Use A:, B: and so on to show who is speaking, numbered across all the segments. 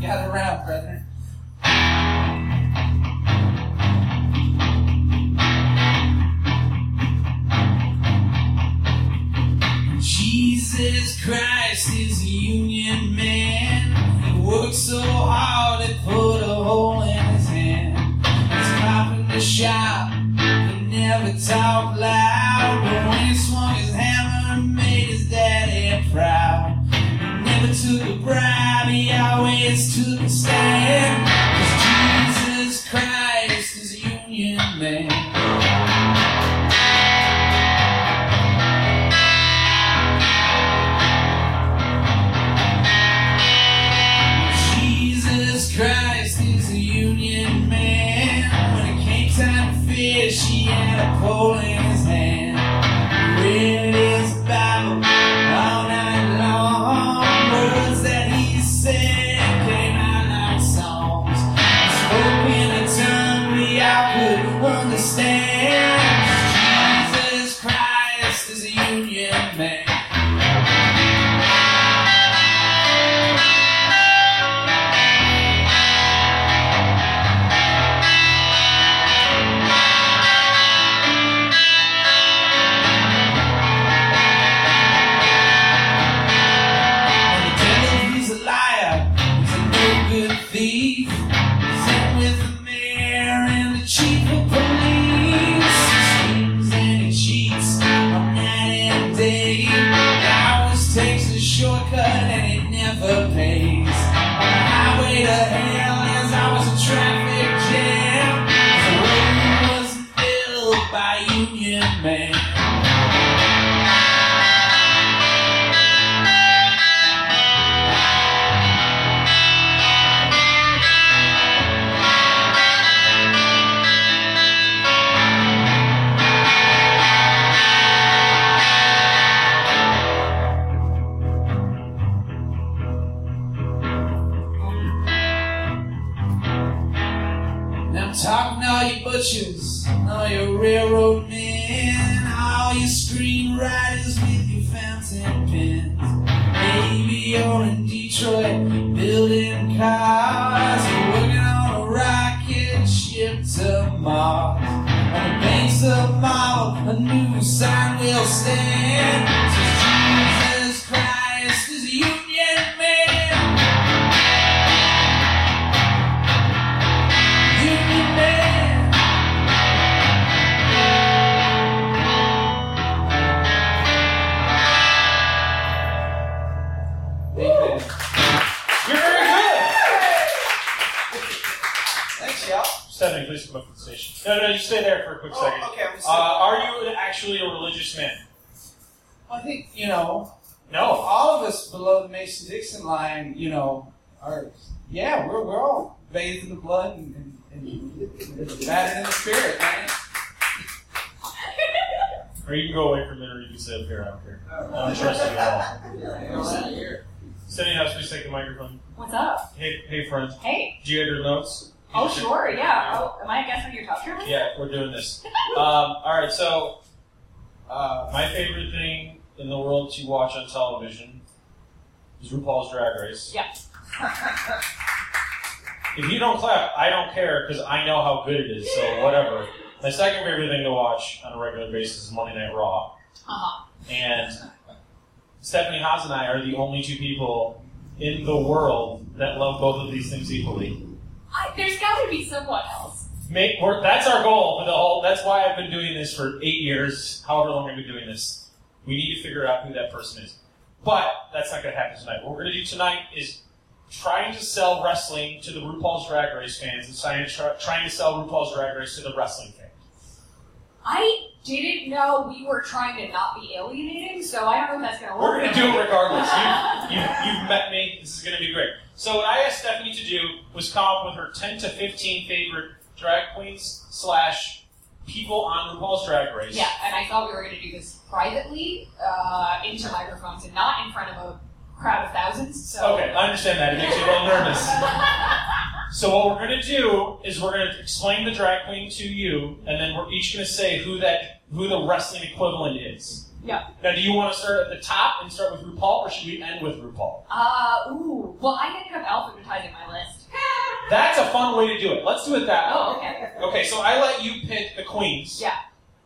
A: Gather round, brethren. Jesus Christ is a union man. He worked so hard it put a hole in his hand. He's copping the shop, he never talked loud. But when he swung his hammer, it made his daddy proud. He never took a bribe, he always took a stand. 'Cause Jesus Christ is a union man. Jesus Christ is a union man. When it came time to fish, he had a pole in his hand. Read his Bible all night long. Words that he said came out like songs. He spoke in a tongue we all could understand. Jesus Christ is a union man. And the devil, he's a liar. He's a no good thief. He's in with the mayor and the chief of police. He schemes and he cheats on night and day. He always takes a shortcut and it never pays. On the highway to hell, there's always a traffic jam. The road was built by union man. And I'm talking to all you butchers, and all your railroad men, all your screenwriters with your fountain pens. Maybe you're in Detroit building cars, you're working on a rocket ship to Mars. On the banks of Mall, a new sign will stand. Says Jesus Christ is a union man, union man.
B: You're very good.
A: Thanks, y'all.
B: Stephanie, please come up to the station. No, no, you stay there for a quick
A: Oh,
B: second.
A: okay, I'm
B: Uh, are you actually a religious man?
A: I think, you know,
B: No.
A: all of us below the Mason Dixon line, you know, are, yeah, we're, we're all bathed in the blood and, and, and, and battered in the spirit, man.
B: Or you can go away for a minute or you can sit up here. I don't care.
A: Uh, Oh,
B: I don't trust you at all. Stephanie, now please take the microphone.
C: What's up?
B: Hey, hey, friends.
C: Hey.
B: Do you have your notes?
C: Oh, sure. Yeah. Oh, am I guessing your top tier? list?
B: Yeah, we're doing this. Um, all right, so uh, my favorite thing in the world to watch on television is RuPaul's Drag Race.
C: Yeah.
B: If you don't clap, I don't care because I know how good it is. So whatever. My second favorite thing to watch on a regular basis is Monday Night Raw,
C: Uh-huh.
B: and Stephanie Haas and I are the only two people in the world that love both of these things equally.
C: I, there's got to be someone else.
B: Make we that's our goal for the whole. That's why I've been doing this for eight years, however long I've been doing this. We need to figure out who that person is, but that's not going to happen tonight. What we're going to do tonight is trying to sell wrestling to the RuPaul's Drag Race fans and trying to, try, trying to sell RuPaul's Drag Race to the wrestling fans.
C: I didn't know we were trying to not be alienating, so I don't know if that's gonna work.
B: We're gonna do it regardless. You, you, you've met me. This is gonna be great. So what I asked Stephanie to do was come up with her 10 to 15 favorite drag queens slash people on RuPaul's Drag Race.
C: Yeah, and I thought we were gonna do this privately, uh, into microphones and not in front of a crowd of thousands. So.
B: Okay, I understand that. It makes me a little nervous. So what we're gonna do is we're gonna explain the drag queen to you, and then we're each gonna say who that who the wrestling equivalent is.
C: Yeah.
B: Now, do you want to start at the top and start with RuPaul, or should we end with RuPaul?
C: Uh, ooh. Well, I ended up alphabetizing my
B: That's a fun way to do it. Let's do it that way.
D: Oh, okay.
B: Okay, so I let you pick the queens.
D: Yeah.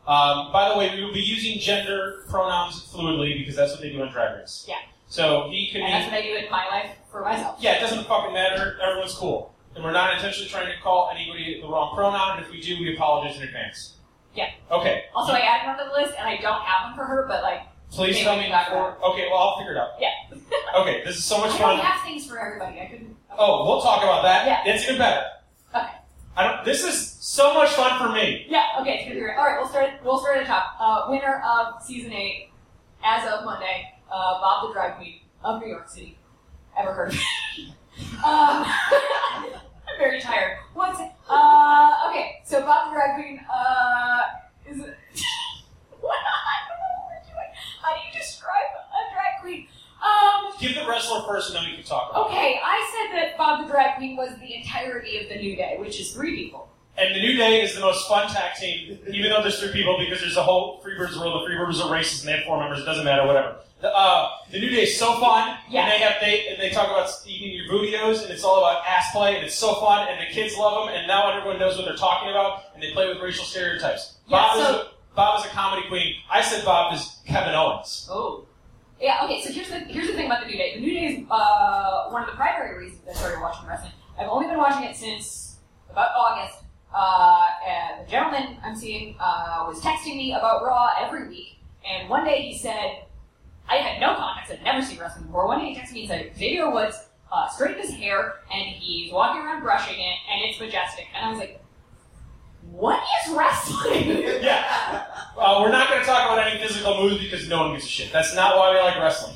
B: Um, by the way, we will be using gender pronouns fluidly because that's what they do on Drag Race.
D: Yeah.
B: So he can
D: And
B: be.
D: that's what I do in my life for myself.
B: Yeah, it doesn't fucking matter. Everyone's cool. And we're not intentionally trying to call anybody the wrong pronoun, and if we do, we apologize in advance.
D: Yeah.
B: Okay.
D: Also, I added one to the list, and I don't have one for her, but like,
B: Please
D: Maybe
B: tell
D: we
B: me
D: got
B: before. Okay, well, I'll figure it out.
D: Yeah.
B: okay, this is so much
D: I
B: fun.
D: don't have things for everybody. I couldn't.
B: Oh, we'll talk about that.
D: Yeah.
B: That's even better.
D: Okay.
B: I don't, this is so much fun for me.
D: Yeah. Okay. It's gonna be great. All right. We'll start. We'll start at the top. Uh, winner of season eight, as of Monday, uh, Bob the Drag Queen of New York City. Ever heard? Of um, I'm very tired. What's uh? Okay. So Bob the Drag Queen uh is. what? I don't know what we're doing. How do you describe a drag queen? Um.
B: Give the wrestler first, and then we can talk about
D: Okay, I said that Bob the Drag Queen was the entirety of the New Day, which is three people.
B: it. And the New Day is the most fun tag team, even though there's three people, because there's a whole Freebirds world. The Freebirds are racist, and they have four members. It doesn't matter, whatever. The, uh, the New Day is so fun,
D: Yeah.
B: and they have they and they talk about eating your bootios, and it's all about ass play, and it's so fun, and the kids love them, and now everyone knows what they're talking about, and they play with racial stereotypes.
D: Yeah,
B: Bob is
D: so-
B: a, Bob is a comedy queen. I said Bob is Kevin Owens.
D: Oh. Yeah, okay, so here's the, here's the thing about the New Day. The New Day is uh, one of the primary reasons I started watching wrestling. I've only been watching it since about August. Uh, and the gentleman I'm seeing uh, was texting me about Raw every week, and one day he said, I had no context, I'd never seen wrestling before. One day he texted me and said, Xavier Woods uh, straightened his hair, and he's walking around brushing it, and it's majestic. And I was like, what is wrestling?
B: Yeah. Uh, we're not going to talk about any physical moves because no one gives a shit. That's not why we like wrestling.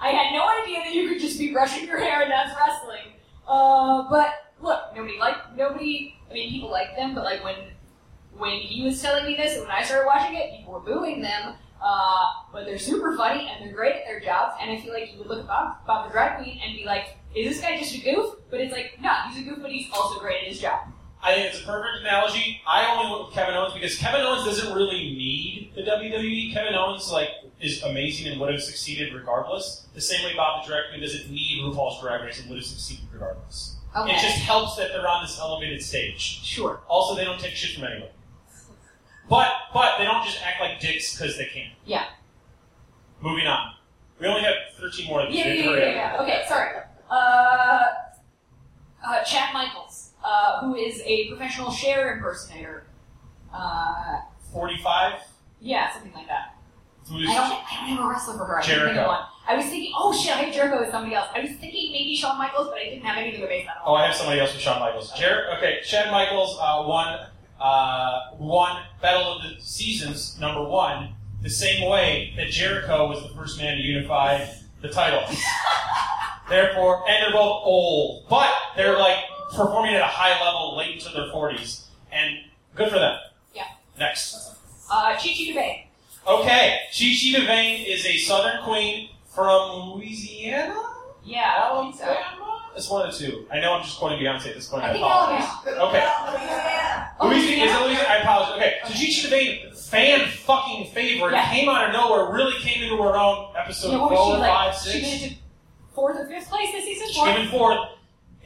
D: I had no idea that you could just be brushing your hair and that's wrestling. Uh, but look, nobody liked nobody. I mean, people liked them, but like when when he was telling me this and when I started watching it, people were booing them. Uh, but they're super funny and they're great at their jobs. And I feel like you would look at Bob, Bob the drag queen and be like, "Is this guy just a goof?" But it's like, no, he's a goof, but he's also great at his job.
B: I think it's a perfect analogy. I only went with Kevin Owens because Kevin Owens doesn't really need the WWE. Kevin Owens like is amazing and would have succeeded regardless. The same way Bob the Drag Queen doesn't need RuPaul's Drag Race and would have succeeded regardless.
D: Okay,
B: It just helps that they're on this elevated stage.
D: sure.
B: Also, they don't take shit from anyone. But but they don't just act like dicks because they can.
D: Yeah.
B: Moving on. We only have 13 more of these.
D: Yeah,
B: We have to
D: yeah, yeah,
B: hurry up.
D: yeah, yeah. Okay, sorry. Uh, uh, Chad Michaels, uh, who is a professional share impersonator. Uh,
B: 45.
D: yeah, something like that. I
B: Who's
D: don't, I don't have a wrestler for her. I can't think of
B: Jericho.
D: one. I was thinking, oh shit, I had Jericho with somebody else. I was thinking maybe Shawn Michaels, but I didn't have anything to base that
B: Oh,
D: on.
B: I have somebody else with Shawn Michaels. Jer- okay, Shawn Michaels uh, won uh, won Battle of the Seasons number one the same way that Jericho was the first man to unify the title. Therefore, and they're both old, but they're like performing at a high level, late into their forties, and good for them.
D: Yeah.
B: Next,
D: Uh, Chi Chi DeBay.
B: okay, Chi Chi Devane is a Southern queen from Louisiana.
D: Yeah, I don't think so.
B: Alabama? It's one of the two. I know I'm just quoting Beyonce at this point.
D: I
B: I
D: think
B: apologize.
D: Alabama.
B: Okay.
D: Oh,
B: Louisiana, is it
D: yeah.
B: Louisiana? I apologize. Okay, so Gigi Devane, fan fucking favorite,
D: Yeah.
B: came out of nowhere, really came into her own episode
D: You know, what was
B: four,
D: she like?
B: five,
D: She
B: six.
D: made it to fourth or fifth place this season?
B: She
D: Fourth?
B: came in fourth,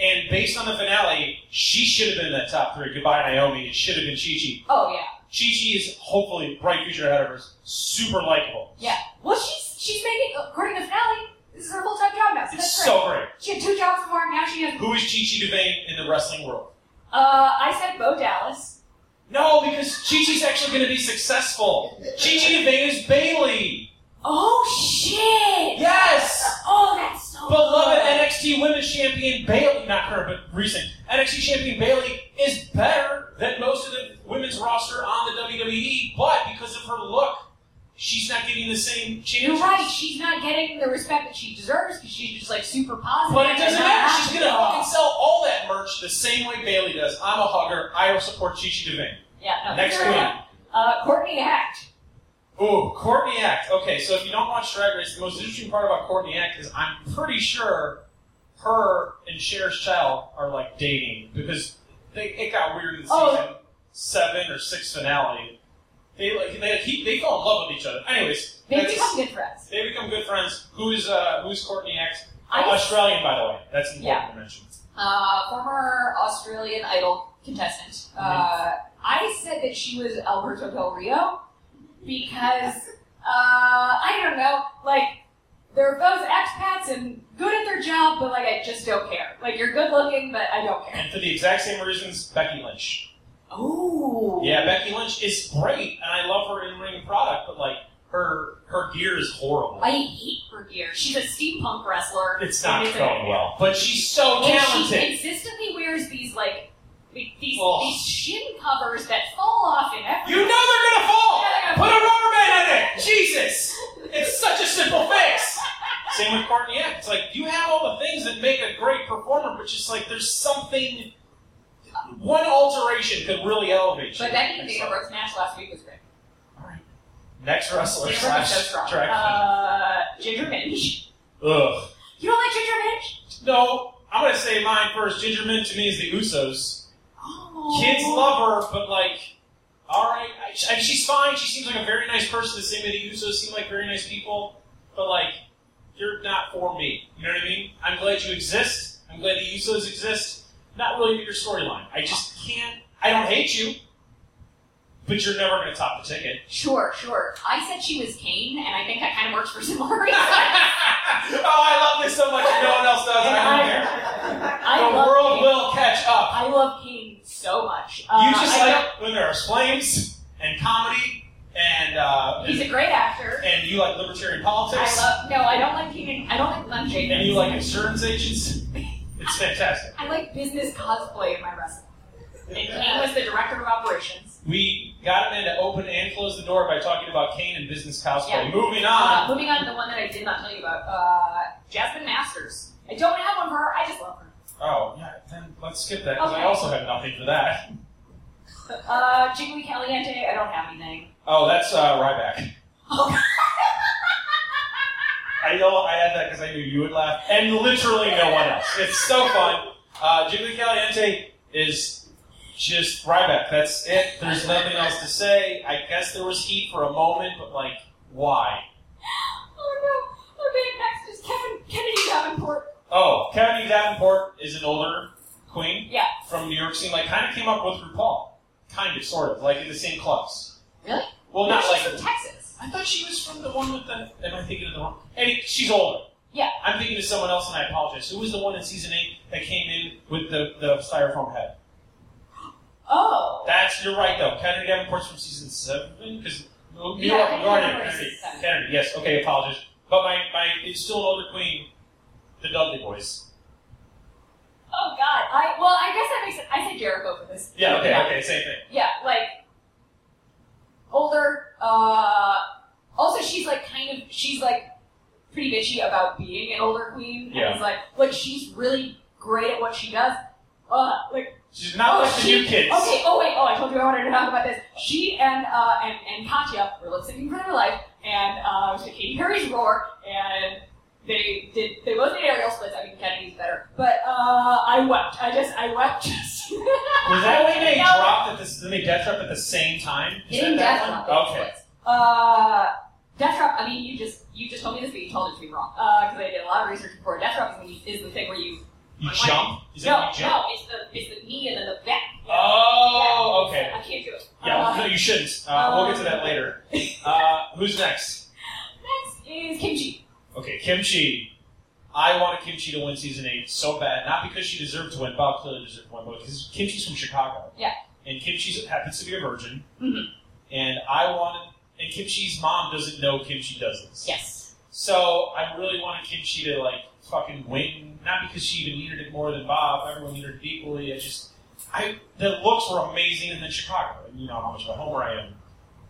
B: and based on the finale, she should have been in that top three. Goodbye, Naomi. It should have been Chi-Chi.
D: Oh, yeah.
B: Chi-Chi is hopefully bright future ahead of her. Super likable.
D: Yeah. Well, she's, she's making, according to the finale, this is her full time job now, so
B: It's
D: that's great.
B: so great.
D: She had two jobs before, now she has.
B: Who is Chi-Chi Devane in the wrestling world?
D: Uh, I said Bo Dallas.
B: No, because Chi-Chi's actually going to be successful. Chi-Chi Devane is Bailey.
D: Oh shit!
B: Yes.
D: Oh, that's so.
B: Beloved
D: good.
B: NXT Women's Champion Bailey, not current but recent NXT Champion Bailey is better than most of the women's roster on the WWE, but because of her look, she's not getting the same chance.
D: You're right. She's not getting the respect that she deserves because she's just like super positive.
B: But it
D: and
B: doesn't
D: not
B: matter. She's
D: happy
B: gonna
D: at all.
B: fucking sell all that merch the same way Bailey does. I'm a hugger. I will support Chichi Devane.
D: Yeah. No,
B: Next
D: fair enough. Uh, Courtney Act.
B: Ooh, Courtney Act. Okay, so if you don't watch Drag Race, the most interesting part about Courtney Act is I'm pretty sure her and Cher's child are like dating because they, it got weird in
D: Oh.
B: season seven or six finale. They like they keep, they fell in love with each other. Anyways,
D: They
B: that's-
D: become good friends.
B: they become good friends. Who's uh who's Courtney Act?
D: I
B: Australian, by the way. That's important to mention.
D: uh, former Australian Idol contestant.
B: Mm-hmm.
D: Uh, I said that she was Alberto Del Rio because uh, I don't know, like they're both expats and good at their job, but like I just don't care. Like you're good looking, but I don't care.
B: And for the exact same reasons, Becky Lynch.
D: Oh,
B: Yeah, Becky Lynch is great, and I love her in ring product, but like her her gear is horrible.
D: I hate her gear. She's a steampunk wrestler.
B: it's not
D: And it's
B: going well. But she's so
D: And
B: talented.
D: she consistently wears these like th- these,
B: Oh.
D: these shin covers that fall off in every.
B: You know they're gonna fall!
D: Yeah, they're
B: Put a rubber band in it! Jesus! It's such a simple fix! Same with Courtney Act. It's like, you have all the things that make a great performer, but just like, there's something. One alteration could really elevate you.
D: But Becky
B: Next
D: Bigger
B: wrestler.
D: Rose match last week was great.
B: Next wrestler
D: They were so
B: slash
D: strong.
B: drag queen.
D: Uh, Ginger Minge.
B: Ugh.
D: You don't like Ginger Minge?
B: No, I'm gonna say mine first. Ginger Mint to me is the Usos.
D: Oh.
B: Kids love her, but like, alright. I, I- she's fine. She seems like a very nice person. The same way the Usos seem like very nice people. But like, you're not for me. You know what I mean? I'm glad you exist. I'm glad the Usos exist. Not really your storyline. I just can't. I don't hate you, but you're never gonna top the ticket.
D: Sure, sure. I said she was Kane, and I think that kind of works for similar
B: oh,
D: reasons.
B: I love this so much, and no one else does. I don't care.
D: I
B: the
D: love
B: world
D: Kane.
B: will catch up.
D: I love Kane so much.
B: You
D: Uh,
B: just
D: I
B: like when there are flames and comedy and uh,
D: don't- He's
B: and,
D: a great actor.
B: and you like libertarian
D: I
B: politics
D: love. No, I don't like Kane. I don't like Lem Jacobs.
B: and you like insurance agents. It's fantastic.
D: I like business cosplay in my wrestling. And Kane was the director of operations.
B: We got him in to open and close the door by talking about Kane and business cosplay.
D: Yeah.
B: Moving
D: Uh,
B: on.
D: moving on to the one that I did not tell you about, uh, Jasmine Masters. I don't have one for her. I just love her.
B: Oh, yeah, then let's skip that because
D: Okay.
B: I also have nothing for that.
D: Uh, Jiggly Caliente. I don't have anything.
B: Oh, that's uh, Ryback.
D: Oh.
B: I know I had that because I knew you would laugh, and literally no one else. It's so fun. Uh, Jiggly Caliente is just Ryback. That's it. There's nothing else to say. I guess there was heat for a moment, but like, why?
D: Oh no. Okay, next is Kevin Kennedy Davenport.
B: Oh, Kennedy Davenport is an older queen
D: Yeah.
B: from New York scene. Like, kind of came up with RuPaul, kind of, sort of, like in the same clubs.
D: Really?
B: Well, not
D: She's
B: like
D: from Texas.
B: I thought she was from the one with the. Am I thinking of the wrong? Any, she's older.
D: Yeah.
B: I'm thinking of someone else, and I apologize. Who was the one in season eight that came in with the, the styrofoam head?
D: Oh.
B: That's you're right though. Kennedy Davenport's from season seven because New
D: Yeah,
B: York,
D: I
B: you are
D: remember
B: named
D: season
B: Kennedy.
D: seven.
B: Kennedy, yes. Okay, apologies. But my my it's still an older queen, the Dudley Boys.
D: Oh God. I well, I guess that makes it. I said Jericho for this.
B: Yeah. Okay.
D: Yeah.
B: Okay. Same thing.
D: Yeah, like older. Uh, also, she's like kind of she's like pretty bitchy about being an older queen.
B: Yeah.
D: And it's like like she's really great at what she does. Uh, like
B: She's not
D: Oh,
B: like the new
D: she-
B: kids.
D: okay, oh wait, oh I told you I wanted to talk about this. She and uh, and, and Katya were lip syncing for their life, and uh, to Katy Perry's roar, and they did they both did aerial splits. I mean Kennedy's better, but uh, I wept. I just I wept. Just
B: Was that when they
D: No.
B: dropped at the when they death dropped at the same time? Is
D: Getting
B: that
D: death
B: that
D: drop.
B: one?
D: is
B: Okay.
D: what- Uh, death drop. I mean, you just you just told me this, but you told it to be wrong because I did a lot of research before. Death drop is, when you, is the thing where you
B: You
D: Why?
B: jump. Is
D: no
B: that when you jump?
D: no it's the it's the knee and then the back.
B: Oh. Okay.
D: I can't do it.
B: Yeah,
D: Uh,
B: well, no, you shouldn't. Uh,
D: Uh-huh.
B: we'll get to that later. Uh, who's next?
D: next is kimchi.
B: Okay, Kimchi. I wanted Kimchi to win season eight so bad, not because she deserved to win. Bob clearly deserved to win, but because Kimchi's from Chicago.
D: Yeah.
B: And Kimchi happens to be a virgin.
D: Mhm.
B: And I wanted, and Kimchi's mom doesn't know Kimchi does this.
D: Yes.
B: So I really wanted Kimchi to like fucking win, not because she even needed it more than Bob. Everyone needed it equally. I just, I the looks were amazing, and then Chicago. You know how much of a homer I am.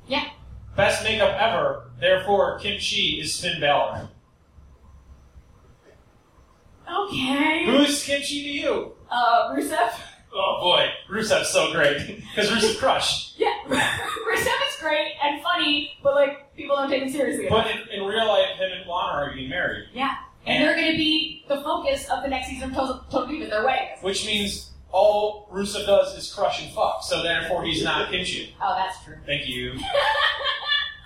D: Yeah.
B: Best makeup ever. Therefore, Kimchi is Finn Balor.
D: Okay.
B: Who's Kimchi to you?
D: Uh, Rusev.
B: Oh boy, Rusev's so great because Rusev crushed.
D: Yeah, Rusev is great and funny, but like people don't take him seriously.
B: But in, in real life, him and Lana are getting married,
D: and they're going to be the focus of the next season of Total Total Divas. Their wedding.
B: which means all Rusev does is crush and fuck. So therefore, he's not Kimchi.
D: Oh, that's true.
B: Thank you,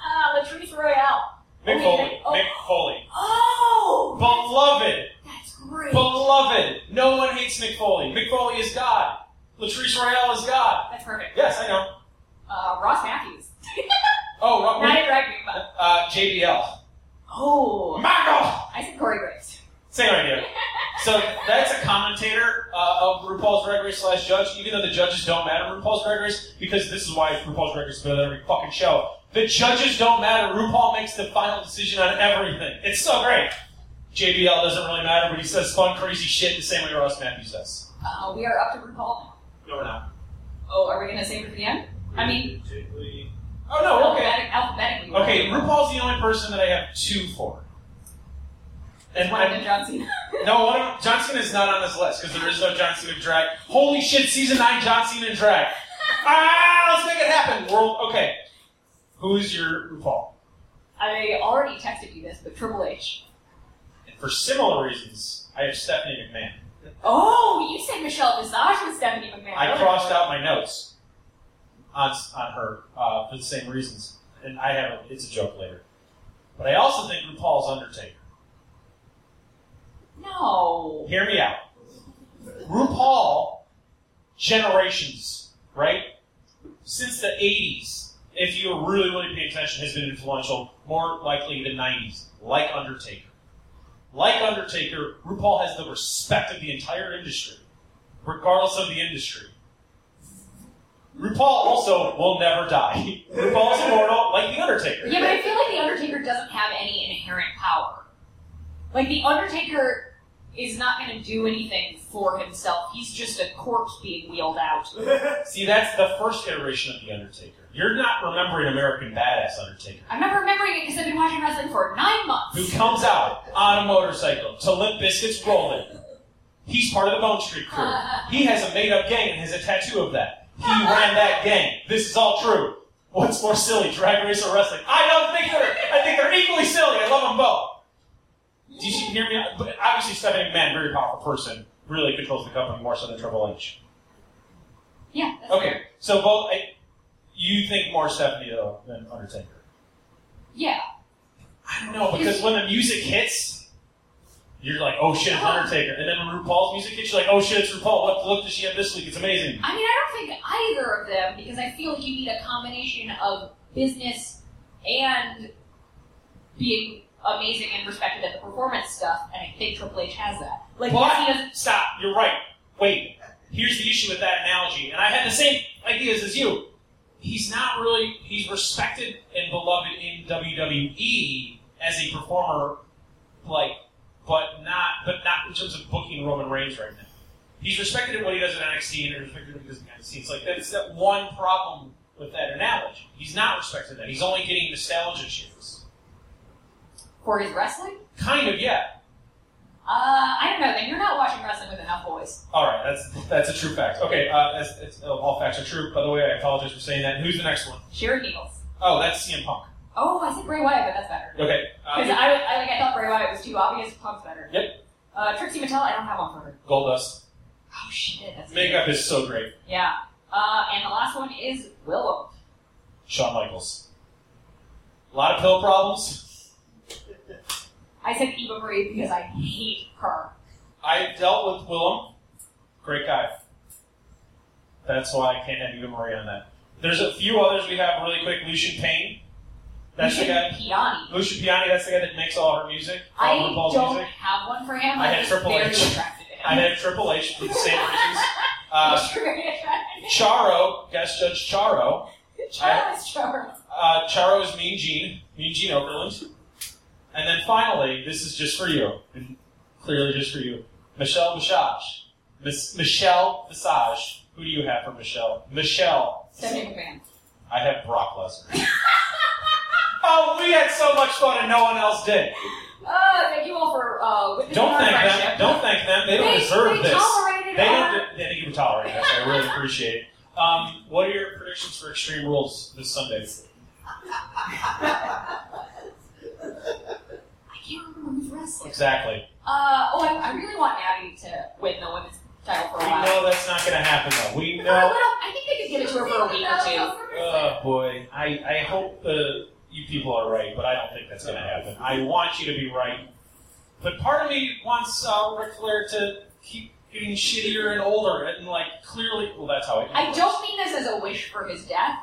D: Ah, Latrice Royale.
B: Mick Foley.
D: Oh.
B: Mick Foley.
D: Oh.
B: Beloved!
D: That's great.
B: Beloved, no one hates Mick Foley. Mick Foley is God. Latrice Royale is God.
D: That's perfect.
B: Yes, I know.
D: Uh, Ross Matthews.
B: Oh,
D: Not
B: wrong-
D: in drag me, but
B: uh, JBL.
D: oh,
B: Michael!
D: I said Corey Graves.
B: Same idea. So that's a commentator uh, of RuPaul's Drag Race slash judge, even though the judges don't matter in RuPaul's Drag Race, because this is why RuPaul's Drag Race is better than every fucking show. The judges don't matter. RuPaul makes the final decision on everything. It's so great. JBL doesn't really matter, but he says fun, crazy shit the same way Ross Matthews does.
D: Uh, we are up to RuPaul.
B: No, we're not.
D: Oh, are we gonna save it for the end? I mean-
B: Oh, no, okay.
D: Alphabetic, alphabetically.
B: Okay, RuPaul's the only person that I have two for. And
D: One of them,
B: I'm,
D: John Cena.
B: no, one of, John Cena is not on this list because there is no John Cena drag. Holy shit, season nine John Cena in drag. ah, let's make it happen. World, okay. Who's your RuPaul?
D: I already texted you this, but Triple H.
B: And for similar reasons, I have Stephanie McMahon.
D: Oh, you said Michelle Visage with Stephanie McMahon.
B: I crossed out my notes on on her uh, for the same reasons, and I have a, it's a joke later. But I also think RuPaul's Undertaker.
D: No.
B: Hear me out. RuPaul generations, right? Since the 80s, if you were really, really paying attention, has been influential, more likely the 90s, like Undertaker. Like Undertaker, RuPaul has the respect of the entire industry, regardless of the industry. RuPaul also will never die. RuPaul's immortal, like The Undertaker.
D: Yeah, but I feel like The Undertaker doesn't have any inherent power. Like, The Undertaker is not going to do anything for himself. He's just a corpse being wheeled out.
B: See, that's the first iteration of The Undertaker. You're not remembering American Badass Undertaker.
D: I'm not remembering it because I've been watching wrestling for nine
B: who
D: months.
B: comes out on a motorcycle to Limp Biscuits rolling. He's part of the Bone Street crew. He has a made up gang and has a tattoo of that. He ran that gang. This is all true. What's more silly, drag race or wrestling? I don't think they're, I think they're equally silly. I love them both. Did you hear me? But obviously, Stephanie McMahon, very powerful person, really controls the company more so than Triple H.
D: Yeah. That's
B: Okay, so both, I, you think more Stephanie though than Undertaker?
D: Yeah.
B: I don't know because when the music hits, you're like, oh shit, it's Undertaker. And then when RuPaul's music hits, you're like, oh shit, it's RuPaul. What look does she have this week? It's amazing.
D: I mean, I don't think either of them because I feel like you need a combination of business and being amazing and respected at the performance stuff, and I think Triple H has that. Like,
B: Well,
D: yes, he doesn't.
B: Stop. You're right. Wait. Here's the issue with that analogy, and I had the same ideas as you. He's not really. He's respected and beloved in WWE as a performer, like, but not, but not in terms of booking Roman Reigns right now. He's respected in what he does in NXT, and he's respected in what he does in NXT. It's like that's that one problem with that analogy. He's not respected in that. He's only getting nostalgia shares.
D: Corey's wrestling?
B: Kind of, yeah.
D: Uh, I don't know. Then you're not watching wrestling with enough boys.
B: All right, that's that's a true fact. Okay, uh, that's, that's, oh, all facts are true. By the way, I apologize for saying that. Who's the next one?
D: Sharon Needles.
B: Oh, that's CM Punk.
D: Oh, I said Bray Wyatt, but that's better.
B: Okay.
D: Because
B: Uh,
D: I, I, like, I thought Bray Wyatt was too obvious. Punk's better.
B: Yep.
D: Uh, Trixie Mattel, I don't have one for her.
B: Goldust.
D: Oh, shit. That's
B: Makeup is so great.
D: Yeah. Uh, and the last one is Willow.
B: Shawn Michaels. A lot of pill problems.
D: I said Eva Marie because I hate her.
B: I dealt with Willem. Great guy. That's why I can't have Eva Marie on that. There's a few others we have really quick. Lucian Payne. That's the
D: Lucian
B: guy.
D: Piani.
B: Lucian Piani. That's the guy that makes all her music. All
D: I
B: RuPaul's
D: don't
B: music.
D: have one for him.
B: I
D: I'm
B: had
D: just
B: Triple
D: very
B: H.
D: attracted to him.
B: I had Triple H for the same reasons. Uh,
D: You're very attracted to him.
B: Charo, guest judge Charo.
D: Charles, Charles.
B: Uh, Charo is Mean Gene, Mean Gene Okerlund. And then finally, this is just for you, and clearly just for you, Michelle Visage. Miss Michelle Visage. Who do you have for Michelle? Michelle.
D: Stephanie McMahon.
B: I have Brock Lesnar. oh, we had so much fun and no one else did.
D: Uh, thank you all for uh, witnessing
B: Don't
D: our
B: thank them.
D: friendship.
B: Don't thank them. They don't
D: They-
B: deserve
D: they
B: this.
D: tolerated
B: They don't.
D: our-
B: de- They think you tolerate us. I really appreciate it. Um, what are your predictions for Extreme Rules this Sunday?
D: I can't remember who's wrestling.
B: Exactly.
D: Uh, oh, I, I really want Abby to win the women's title for a
B: We
D: while.
B: know that's not going to happen, though. We
D: Well,
B: know.
D: I think they could give it to her for a week or two.
B: Oh boy, I, I hope the you people are right, but I don't think that's going to happen. I want you to be right, But part of me wants uh, Ric Flair to keep getting shittier and older, and like clearly, well, that's how it.
C: I don't mean this as a wish for his death,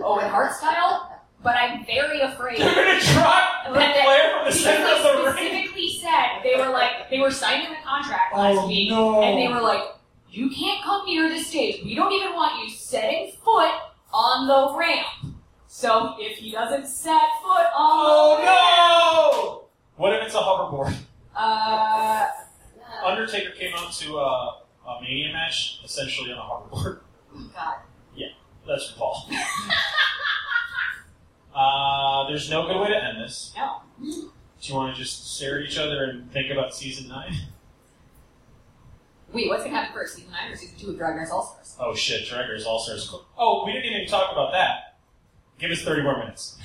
D: Oh,
C: Owen Hart style, but I'm very afraid
B: They're gonna drop Ric
C: But they-
B: Flair from the
C: because
B: center of
C: they
B: the ring.
C: specifically said they were like they were signing the contract
D: Oh,
C: last
B: Oh,
C: week,
A: no.
C: and they were like, "You can't come near the stage. We don't even want you setting foot on the ramp." So if he doesn't set foot on the ramp,
B: Oh no! What if it's a hoverboard?
C: uh,
B: Undertaker came out to uh, a Mania match essentially on a hoverboard.
C: oh God,
B: That's from Paul. uh, there's no good way to end this.
C: no.
B: Do you want to just stare at each other and think about season nine?
C: Wait, what's gonna happen first, season nine or season two of Drag Race All Stars?
B: Oh shit, Draggers All Stars. Oh, we didn't even talk about that. Give us 30 more minutes.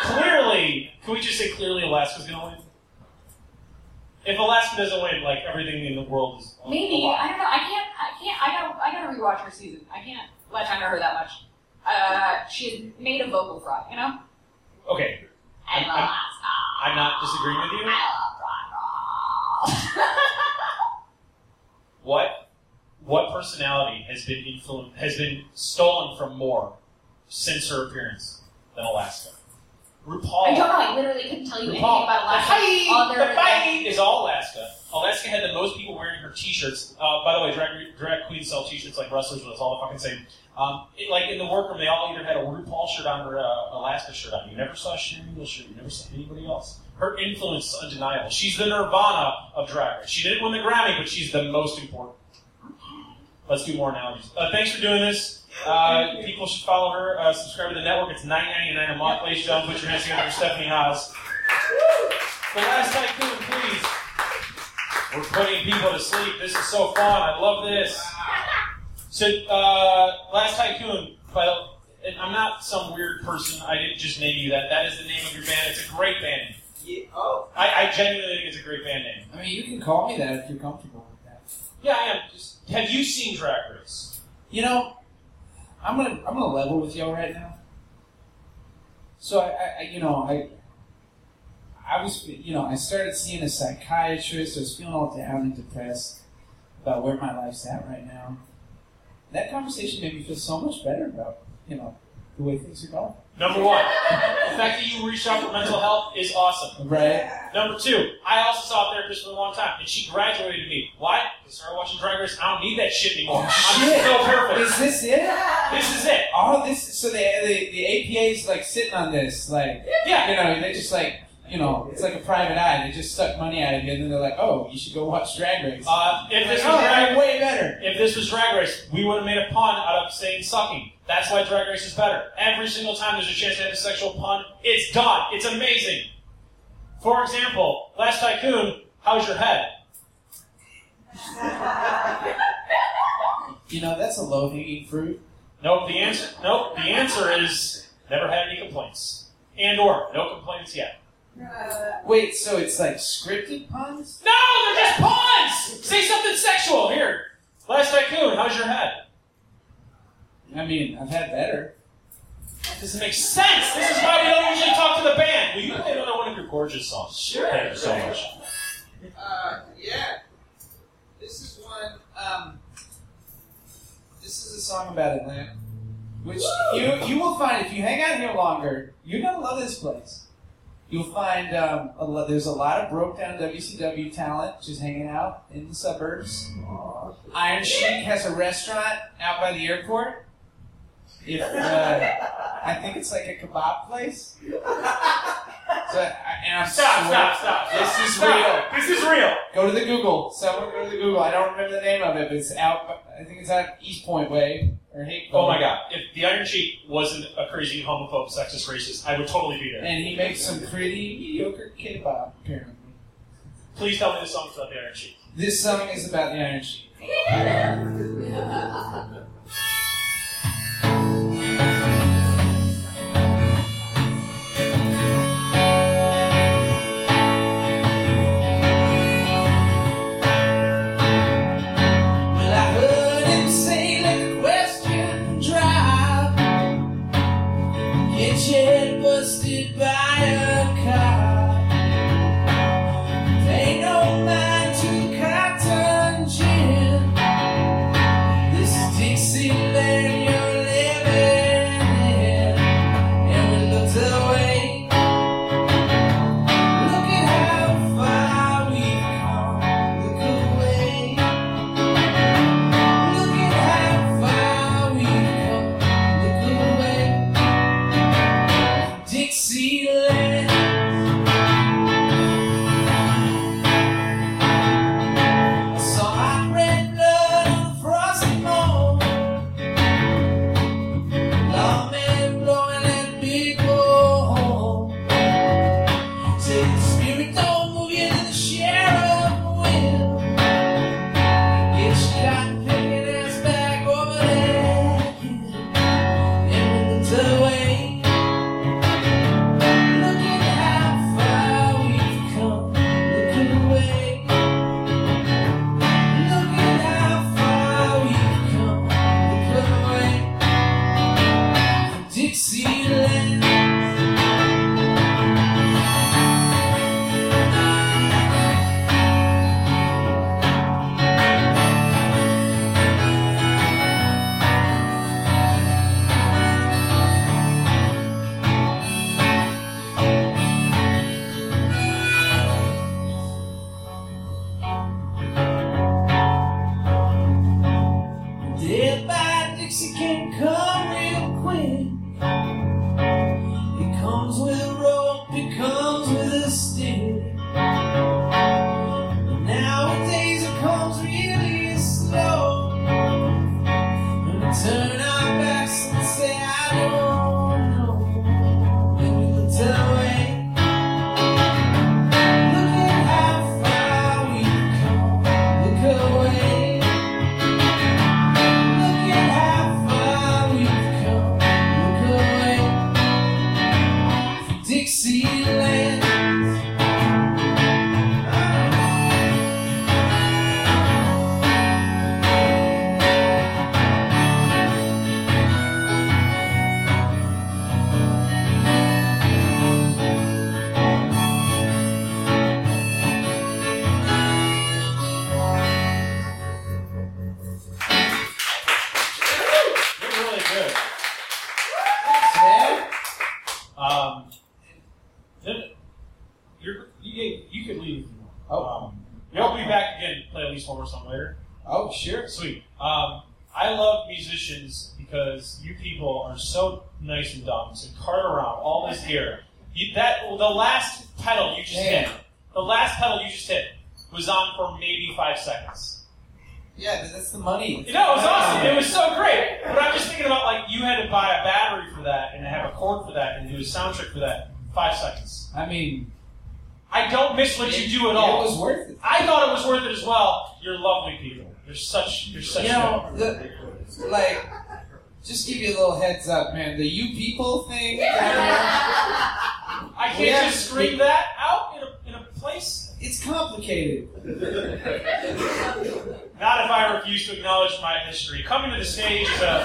B: clearly, can we just say clearly Alaska's gonna win? If Alaska doesn't win, like everything in the world is. a-
C: Maybe
B: a lot.
C: I don't know. I can't. I can't. I gotta. I gotta rewatch her season. I can't latch onto her that much. Uh, she has made a vocal fry, you know.
B: Okay,
C: And
B: I'm-
C: Alaska.
B: I'm not disagreeing with you. What what personality has been influ- has been stolen from more since her appearance than Alaska? RuPaul.
C: I don't know. I literally couldn't tell you anything
B: Paul,
C: about Alaska.
B: The fight,
C: other
B: the
C: than-
B: fight is all Alaska. Alaska had the most people wearing her T-shirts. Uh, by the way, drag, drag queens sell T-shirts like wrestlers, but it's all the fucking same. Um, it- like in the workroom, they all either had a RuPaul shirt on or a Alaska shirt on. You never saw a Sharon Needle shirt. You never saw anybody else. Her influence is undeniable. She's the Nirvana of drag race. She didn't win the Grammy, but she's the most important. Let's do more analogies. Uh, thanks for doing this. Uh, people should follow her. Uh, subscribe to the network. It's nine ninety nine a month. Ladies and gentlemen, put your hands together for Stephanie Haas. The last tycoon, please. We're putting people to sleep. This is so fun. I love this. So, uh, last tycoon. By the, and I'm not some weird person. I didn't just name you that. That is the name of your band. It's a great band. name.
A: Yeah, oh.
B: I, I genuinely think it's a great band name.
A: I mean, you can call me that if you're comfortable with that.
B: Yeah, I am. Just, have you seen Drag Race?
A: You know, I'm gonna I'm gonna level with y'all right now. So I, I I- you know I I was you know I started seeing a psychiatrist. I was feeling all down and depressed about where my life's at right now. That conversation made me feel so much better about you know the way things are going.
B: Number one, the fact that you reached out for mental health is awesome.
A: Right?
B: Number two, I also saw a therapist for a long time, and she graduated me. Why? I started watching Drag Race. I don't need that shit anymore. I'm
A: Oh, Shit.
B: so perfect.
A: Is this it?
B: This is it.
A: All this? So the the, the APA is like sitting on this like.
B: Yeah.
A: you know, they just like, you know, it's like a private eye. They just suck money out of you, and then they're like, oh, you should go watch Drag Race.
B: Uh, if
A: Like,
B: this
A: oh,
B: was drag,
A: they're way better.
B: if this was Drag Race, we would have made a pun out of saying sucking. That's why Drag Race is better. Every single time there's a chance to have a sexual pun, it's done. It's amazing. For example, Last Tycoon, how's your head?
A: You know, that's a low hanging fruit.
B: Nope. The answer. Nope. The answer is never had any complaints, and or no complaints yet.
A: Wait, so it's like scripted puns?
B: No, they're just puns. Say something sexual here. Last Tycoon, how's your head?
A: I mean, I've had better.
B: That doesn't make sense. This is why we don't usually talk to the band. Will you play another one of your gorgeous songs?
E: Sure.
B: Thank you so much.
E: Uh, yeah. This is one. Um,
A: This is a song about Atlanta, which you you will find if you hang out here longer, you're gonna love this place. You'll find um, a lo- there's a lot of broke down WCW talent just hanging out in the suburbs. Iron Sheik has a restaurant out by the airport. If uh, I think it's like a kebab place. So, I- and I'm
B: Stop, stop, stop.
A: This is
B: Stop. This is real.
A: Go to the Google. Someone go to the Google. I don't remember the name of it, but it's out. I think it's out East Point Way or Hate Point.
B: Oh my god. If the Iron Sheik wasn't a crazy homophobe, sexist, racist, I would totally be there.
A: And he makes some pretty mediocre K-pop. Apparently,
B: Please tell me this song's about the Iron Sheik.
A: this song is about the Iron Sheik. Well, I heard him say, "Let the question drive. Get your head busted by a cop." Mexican come real quick. It comes with a rope, it comes with a stick. Nowadays it comes really slow. And we turn our backs and say, I don't know. And we looked away. Look at how far we've come. Look away. Look at how far we've come. Look away. From Dixieland.
B: You're really good.
A: Yeah.
B: Um, then you're, you, can- you can leave. if you want. Um, you'll be back again. Play at least one more song later.
A: Oh, sure.
B: Sweet. Um, I love musicians because you people are so nice and dumb and cart around all this gear. You, that the last pedal you just
A: Yeah.
B: hit, the last pedal you just hit was on for maybe five seconds.
A: Yeah, but that's the money.
B: You know, it was awesome. It was so great. But I'm just thinking about like you had to buy a battery for that and have a cord for that and do a soundtrack for that. Five seconds.
A: I mean,
B: I don't miss what you do at
A: It
B: all.
A: was worth it.
B: I thought it was worth it as well. You're lovely people. You're such. You're such.
A: You know, the, like, just give you a little heads up, man. The you people thing.
B: I can't
A: Yeah.
B: just scream that out in a, in a place.
A: It's complicated.
B: Not if I refuse to acknowledge my history. Coming to the stage is, a,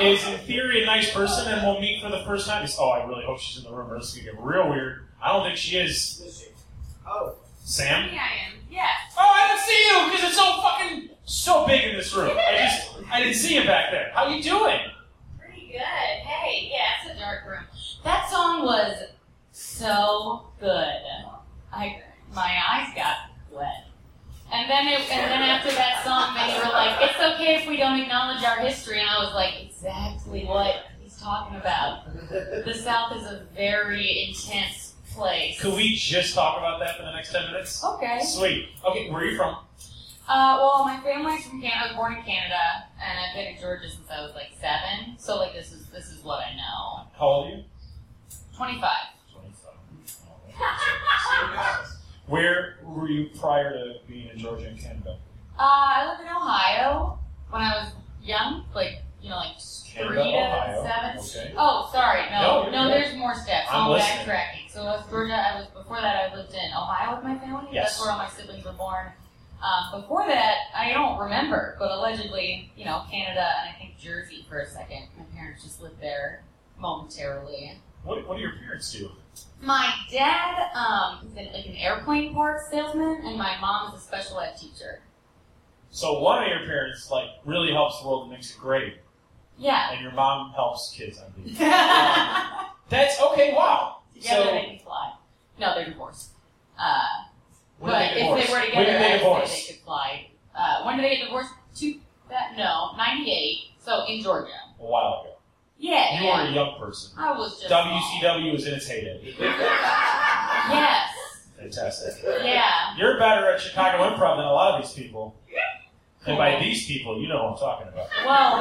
B: is in theory a nice person, and we'll meet for the first time. It's, oh, I really hope she's in the room, or this is gonna get real weird. I don't think she is.
E: Oh,
B: Sam.
C: Yeah, I am. Yes.
B: Oh, I didn't see you because it's so fucking so big in this room. I just I didn't see you back there. How you doing?
D: Pretty good. Hey, yeah, it's a dark room. That song was so good. I my eyes got wet. And then it, and then after that song, they were like, "It's okay if we don't acknowledge our history." And I was like, "Exactly what he's talking about." The South is a very intense place.
B: Could we just talk about that for the next ten minutes?
D: Okay.
B: Sweet. Okay, where are you from?
D: Uh, well, my family's from Canada. I was born in Canada, and I've been in Georgia since I was like seven. So like, this is this is what I know.
B: How old are you?
D: Twenty-five. Uh,
B: Where were you prior to being in Georgia and Canada?
D: Uh, I lived in Ohio when I was young, like you know, like three
B: Canada,
D: to
B: Ohio.
D: seven.
B: Okay.
D: Oh, sorry,
B: No,
D: no,
B: you're
D: no.
B: good.
D: there's more steps.
B: I'm
D: I'm
B: listening.
D: backtracking. So it was Georgia. I was before that. I lived in Ohio with my family.
B: Yes.
D: That's where all my siblings were born. Um, before that, I don't remember, but allegedly, you know, Canada and I think Jersey for a second. My parents just lived there momentarily.
B: What, what do your parents do?
D: My dad um, is an, like an airplane parts salesman, and my mom is a special ed teacher.
B: So one of your parents like really helps the world and makes it great,
D: Yeah.
B: and your mom helps kids. I believe. That's okay. Wow.
D: Together
B: So-
D: they can fly. No, they're divorced. Uh,
B: When
D: but
B: did
D: if
B: divorce?
D: they were together,
B: when did
D: I
B: they
D: would
B: divorce?
D: say they could fly. Uh, when did they get divorced? Two, that, no, 98. So in Georgia.
B: A while ago.
D: Yeah.
B: You
D: yeah.
B: were a young person.
D: I was just. small.
B: WCW was in its heyday.
D: Yes.
B: Fantastic.
D: Yeah.
B: You're better at Chicago improv than a lot of these people. And by these people, you know what I'm talking about.
D: Well,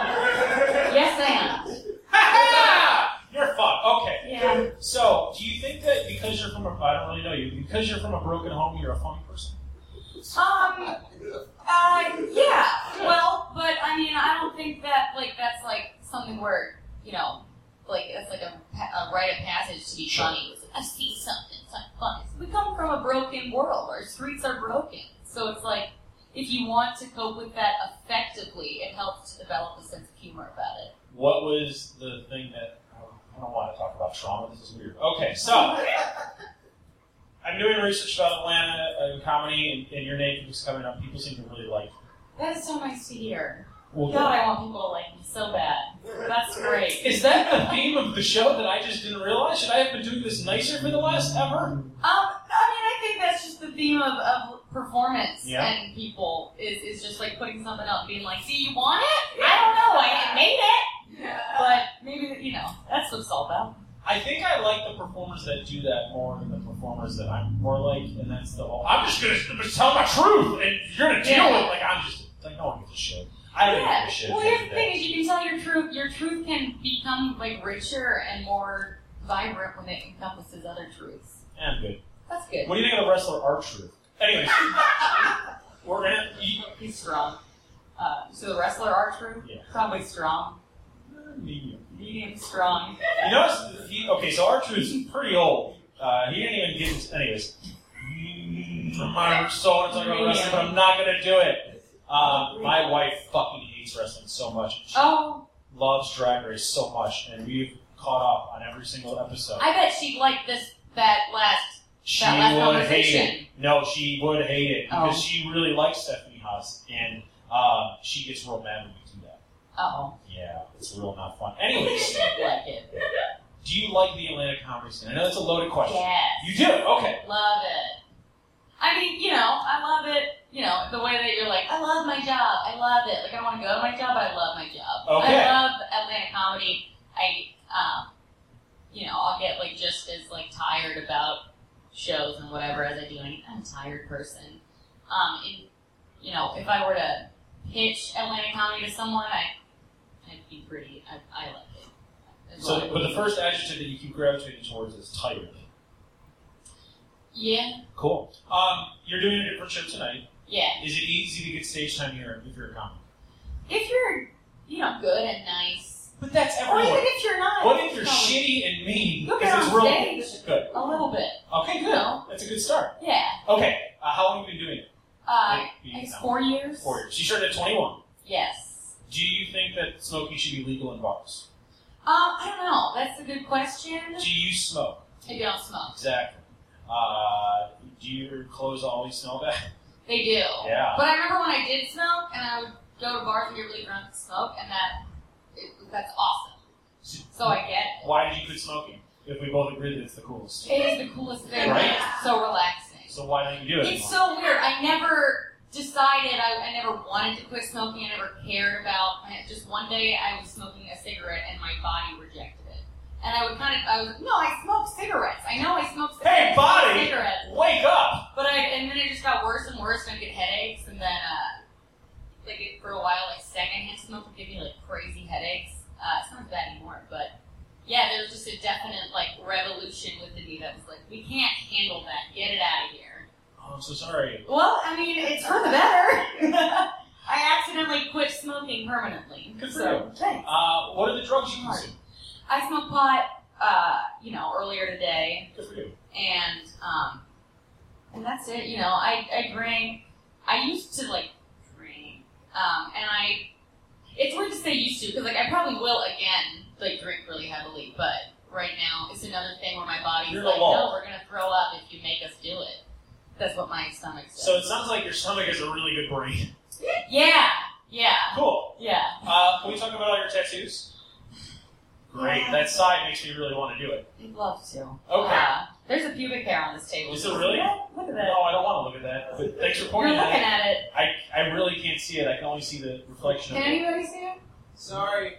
D: yes, I am.
B: Ha-ha! You're fucked. Okay.
D: Yeah.
B: So, do you think that because you're from a, I don't really know you, because you're from a broken home, you're a funny person?
D: Um. Uh. Yeah. Well, but I mean, I don't think that like that's like something where you know, like that's like a, pa- a rite of passage to be
B: Sure.
D: funny. It's like, I've seen something. It's not funny. We come from a broken world. Our streets are broken. So it's like if you want to cope with that effectively, it helps to develop a sense of humor about it.
B: What was the thing that, I don't- I don't want to talk about trauma, this is weird. Okay, so, I'm doing research about Atlanta and comedy, and, and your name keeps coming up. People seem to really like
D: That is so nice to hear.
B: well,
D: God, I want people to like me so bad. That's great.
B: Is that the theme of the show that I just didn't realize? Should I have been doing this nicer for the last ever?
D: Um, I mean, I think that's just the theme of, of performance
B: Yeah.
D: and people is, is just like putting something up, and being like, "Do you want it? I don't know. I I made it,
C: Yeah.
D: but maybe you know that's what it's all about.
B: I think I like the performers that do that more than the performers that I'm more like, and that's the whole. I'm just gonna just tell my truth, and you're gonna deal with it. Like I'm just like no one gives a shit. I don't
D: yeah.
B: give a shit.
D: Well,
B: at the end
D: here's
B: of the day.
D: the thing: is you can tell your truth. Your truth can become like richer and more vibrant when it encompasses other truths.
B: Yeah, I'm good.
D: That's good.
B: What do you think of the wrestler art truth? Anyways, we're gonna. You,
D: He's strong. Uh, so the wrestler Archer,
B: Yeah.
D: probably strong,
B: medium.
D: medium strong.
B: You notice he, okay, so our truth's pretty old. Uh, he didn't even get his, anyways. Mm, My soul is like a wrestling, but I'm not gonna do it. Uh, my wife fucking hates wrestling so much. She
D: Oh,
B: loves Drag Race so much, and we've caught up on every single episode.
D: I bet she'd like this that last
B: She
D: that
B: would
D: last
B: hate
D: conversation.
B: it. No, she would hate it
D: Oh.
B: because she really likes Stephanie Haas, and um, she gets real mad when we do that.
D: Oh,
B: Yeah, it's real not fun. Anyways,
D: like it.
B: do you like the Atlanta comedy scene? I know that's a loaded question.
D: Yes.
B: You do? Okay.
D: Love it. I mean, you know, I love it. You know, the way that you're like, I love my job. I love it. Like, I want to go to my job. I love my job.
B: Okay.
D: I love Atlanta comedy. I, um, you know, I'll get like just as like tired about shows and whatever as I do. any- I'm a tired person. Um, and, you know, if I were to pitch Atlanta comedy to someone, I, I'd be pretty. I, I like it. As
B: So,
D: well.
B: but the first adjective that you keep gravitating towards is tired.
D: yeah,
B: Cool. Um, you're doing a different show tonight.
D: yeah.
B: Is it easy to get stage time here if you're a comic?
D: If you're, you know, good and nice.
B: But that's
D: Or even
B: everyone.
D: if you're not.
B: What if you're
D: no,
B: shitty and mean?
D: You'll
B: Because
D: get
B: it's
D: on
B: real.
D: stage.
B: Good.
D: A little bit.
B: Okay,
D: You
B: good.
D: know.
B: That's a good start.
D: Yeah.
B: Okay. Uh, how long have you been doing it?
D: Uh,
B: Like, being
D: I guess
B: a comic?
D: four years.
B: Four years. She started at 21.
D: Yes.
B: Do you think that smoking should be legal in bars?
D: Um, I don't know. That's a good question.
B: Do you smoke?
D: They don't smoke.
B: Exactly. Uh, do your clothes always smell bad?
D: They do.
B: Yeah.
D: But I remember when I did smoke, and I would go to bars and get really drunk and smoke, and that it, that's awesome. So I get it.
B: Why did you quit smoking? If we both agree that it's the coolest.
D: It is the coolest thing.
B: Right.
D: It's so relaxing.
B: So why don't you do it anymore?
D: It's so weird. I never decided. I, I never wanted to quit smoking. I never cared about. I, just one day, I was smoking a cigarette, and my body rejected it. And I would kind of. I was like, no, I smoke cigarettes. I know I smoke cigarettes.
B: Hey, body!
D: Cigarettes.
B: Wake up!
D: But I and then it just got worse and worse, and I get headaches, and then uh, like it, for a while, like secondhand smoke would give me like crazy headaches. Uh, it's not bad anymore, but yeah, there was just a definite like revolution within me that was like, we can't handle that. Get it out of here.
B: Oh, I'm so sorry.
D: Well, I mean, it's for the better. I accidentally quit smoking permanently.
B: Good for
D: so, thanks.
B: Uh, what are the drugs you consume?
D: I smoked pot, uh, you know, earlier today,
B: Good for you.
D: and um, and that's it. You know, I I drank. I used to like drink, um, and I. It's weird to say used to because like I probably will again like drink really heavily, but right now it's another thing where my body's
B: You're in a
D: like, no,
B: lull.
D: we're gonna throw up if you make us do it. That's what my stomach says.
B: So it sounds like your stomach has a really good brain.
D: yeah, yeah.
B: Cool.
D: Yeah.
B: Uh, can we talk about all your tattoos? Great.
D: Yeah.
B: That side makes me really want to do it.
D: I'd love to.
B: Okay.
D: Uh, there's a pubic hair on this table.
B: Is there really?
D: Look at that.
B: No, I don't want to look at that. But thanks for
D: You're
B: pointing
D: looking
B: that out.
D: at it.
B: I, I really can't see it. I can only see the reflection
D: Can
B: of it.
D: anybody see it?
E: Sorry.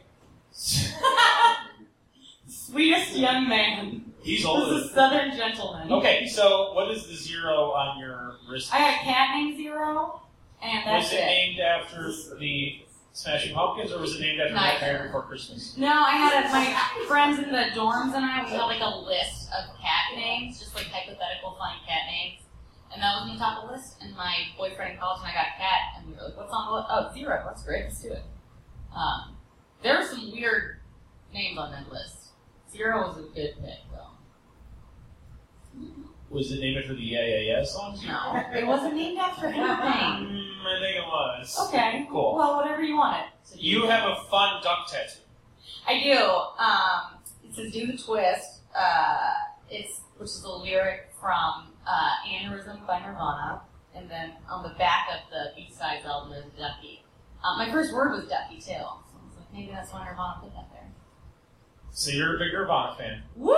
D: Sweetest young man.
B: He's older.
D: This is Southern gentleman.
B: Okay, so what is the zero on your wrist?
D: I had a cat named Zero, and
B: Was
D: that's
B: it named after the Smashing Pumpkins, or was it named after Nightmare
D: Neither.
B: Before Christmas?
D: No, I had a, my friends in the dorms and I we had like a list of cat names, just like hypothetical funny cat names, and that was on the top of the list. And my boyfriend in college and I got a cat, and we were like, "What's on the list? Oh, zero. That's great. Let's do it." Um, there were some weird names on that list. Zero was a good pick, though.
B: Was it named after the E Yeah Yeah Yeah song?
D: No, it wasn't named after anything.
B: Mm, I think it was.
D: Okay.
B: Cool.
D: Well, whatever you want it. to be.
B: You have a fun duck tattoo.
D: I do. Um, it says "Do the Twist." Uh, it's which is a lyric from uh, "Aneurysm" by Nirvana, and then on the back of the B-side album there's Ducky. Um, my first word was Ducky too, so I was like, maybe that's why Nirvana put that there.
B: So you're a big Nirvana fan.
D: Woo!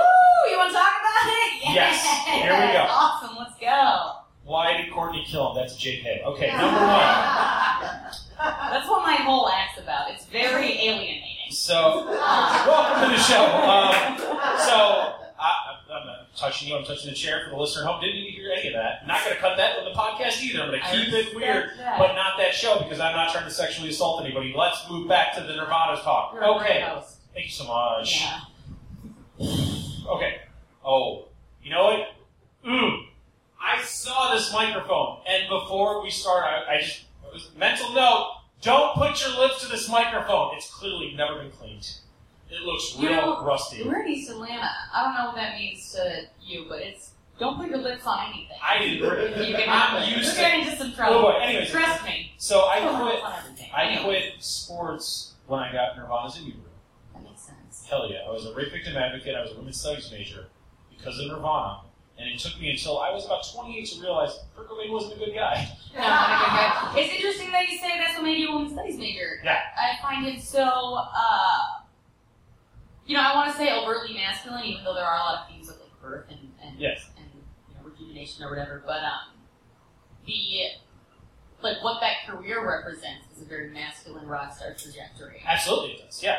D: You want to talk about it?
B: Yes. Here we go.
D: Awesome. Let's go.
B: Why did Courtney kill him? That's JK. Okay, number one.
D: That's what my whole act's about. It's very alien.
B: So, welcome to the show. Um, so, I, I'm- I'm not touching you. I'm touching the chair for the listener at home. Didn't need to hear any of that. not going to cut that from the podcast either. I'm going to
D: I
B: keep it weird,
D: respect that.
B: but not that show because I'm not trying to sexually assault anybody. Let's move back to the Nirvana talk.
D: You're a
B: Okay.
D: great host.
B: Thank you so much.
D: Yeah.
B: Okay. Oh, you know what? Mm. I saw this microphone, and before we start, I, I just it was a mental note: don't put your lips to this microphone. It's clearly never been cleaned. It looks
D: You
B: real
D: know,
B: rusty.
D: Where needs to land? I don't know what that means to you, but it's don't put your lips on anything.
B: I didn't. re-
D: You can
B: I'm used
D: You're
B: to.
D: getting into some
B: Oh,
D: trouble.
B: boy. Anyways,
D: Trust me.
B: so I
D: Don't put
B: quit.
D: lips on everything.
B: I
D: Anyway,
B: quit sports when I got Nirvana's interview room.
D: That makes sense.
B: Hell yeah. I was a rape victim advocate. I was a women's studies major because of Nirvana. And it took me until I was about 28 to realize Kurt Cobain wasn't a good guy.
D: No, not a good guy. It's interesting that you say that's what made you a women's studies major.
B: Yeah.
D: I find him so, uh, you know, I want to say overtly masculine, even though there are a lot of themes with like birth and, and,
B: Yes.
D: and you know, rejuvenation or whatever, but um, the, like, what that career represents is a very masculine rock star trajectory.
B: Absolutely it does, yeah.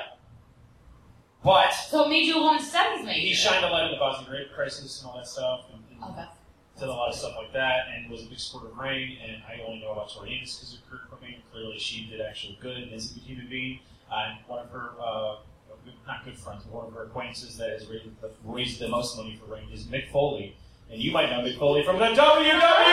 B: But
D: So it made you a women's studies major.
B: he shined a light on the Bosnian rape crisis and all that stuff, and, and
D: Oh, that's,
B: did a lot of stuff like that, and was a big supporter of Rain. And I only know about Tori Amos because of Kurt Cobain. Clearly, she did actually good and is a good human being. Uh, and one of her, uh, good- not good friends, but one of her acquaintances that has raised the, raised the most money for Rain is Mick Foley. And you might know Mick Foley from the E!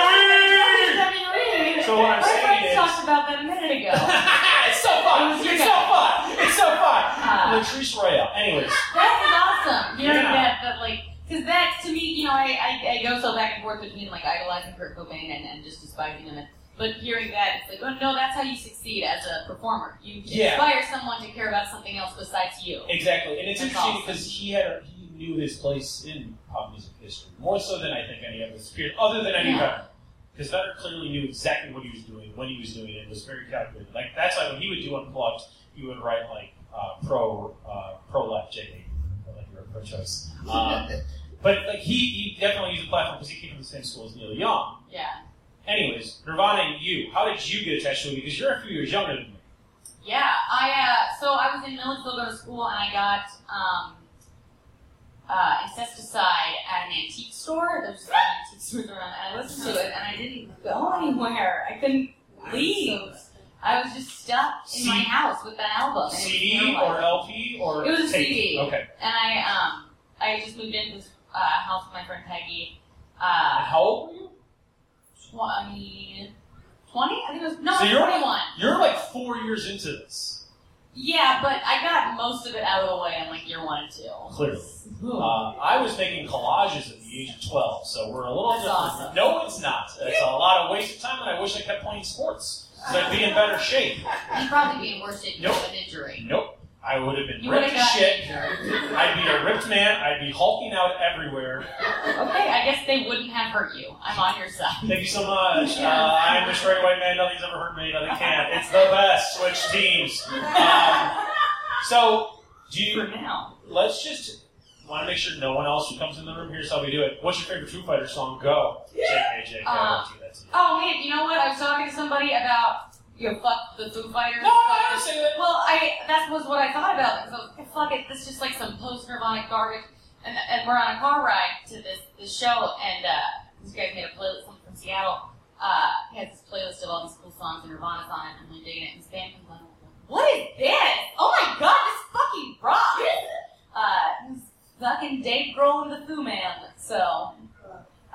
B: WWE. So what I'm
D: My
B: saying
D: friends
B: is-
D: talked about that a minute ago.
B: it's so fun.
D: Who's your
B: It's so fun. It's so fun.
D: Uh,
B: Latrice Royale. Anyways,
D: That is awesome. You know
B: Yeah.
D: that that like because that to me, you know, I, I I go so back and forth between like idolizing Kurt Cobain and, and just despising him. And, but hearing that, it's like, oh no, that's how you succeed as a performer. You
B: Yeah.
D: inspire someone to care about something else besides you.
B: exactly. And it's
D: That's
B: interesting
D: awesome.
B: because he had a, he knew his place in pop music history more so than I think any other period, other than any
D: Yeah.
B: Vetter. Because Vetter clearly knew exactly what he was doing, when he was doing it, and was very calculated. Like that's why when he would do unplugged, he would write like uh, pro uh, pro left JD, like you were pro choice. Um, but like he, he definitely used the platform because he came from the same school as Neil Young.
D: Yeah.
B: Anyways, Nirvana and you, how did you get attached to it? Because you're a few years younger than me.
D: Yeah. I uh, so I was in Millersville going to school and I got um uh, insecticide at an antique store. There's an antique store around, and I listened to it, and I didn't go anywhere. I couldn't leave. I was just stuck in my
B: C-
D: house with that album. and it was
B: CD
D: terrible.
B: or LP or
D: It was a
B: tape?
D: CD.
B: Okay.
D: And I um I just moved into this uh, house with my friend Peggy.
B: And
D: Uh,
B: how old were you?
D: twenty. 20? I think it was, no,
B: So
D: I was
B: you're-
D: 21.
B: You're like four years into this,
D: Yeah, but I got most of it out of the way in like year one and two.
B: clearly. Uh, I was making collages at the age of 12, so we're a little
D: That's
B: different.
D: awesome.
B: No, it's not. It's a lot of waste of time, and I wish I kept playing sports. 'cause I'd be in better shape.
D: You'd probably be in worse shape
B: Nope.
D: with an injury.
B: Nope. I would have been
D: You would
B: ripped
D: have
B: as
D: gotten
B: shit.
D: injured.
B: I'd be a ripped man. I'd be hulking out everywhere.
D: Okay, I guess they wouldn't have hurt you. I'm on your side.
B: Thank you so much. Uh, I'm the straight white man. Nothing's ever hurt me. Nothing can. It's the best. Switch teams. Um, so, do
D: For
B: you?
D: now.
B: Let's just want to make sure no one else who comes in the room hears how we do it. What's your favorite Foo Fighters song? Go. JK, JK.
D: Uh,
B: I'll do that to you.
D: Oh, man, you know what? I was talking to somebody about, you know, fuck the Foo Fighters.
B: No, I
D: fuck
B: don't say that.
D: Well, I that was what I thought about because I was like, fuck it, this is just like some post Nirvana garbage. And, and we're on a car ride to this this show, and uh, this guy made a playlist someone from Seattle. Uh, he has this playlist of all these cool songs and Nirvana's on it. and I'm really digging it. And this band comes on. and I'm like, What is this? Oh my god, this fucking rock! Uh, it was fucking Dave Grohl and the Foo Man. So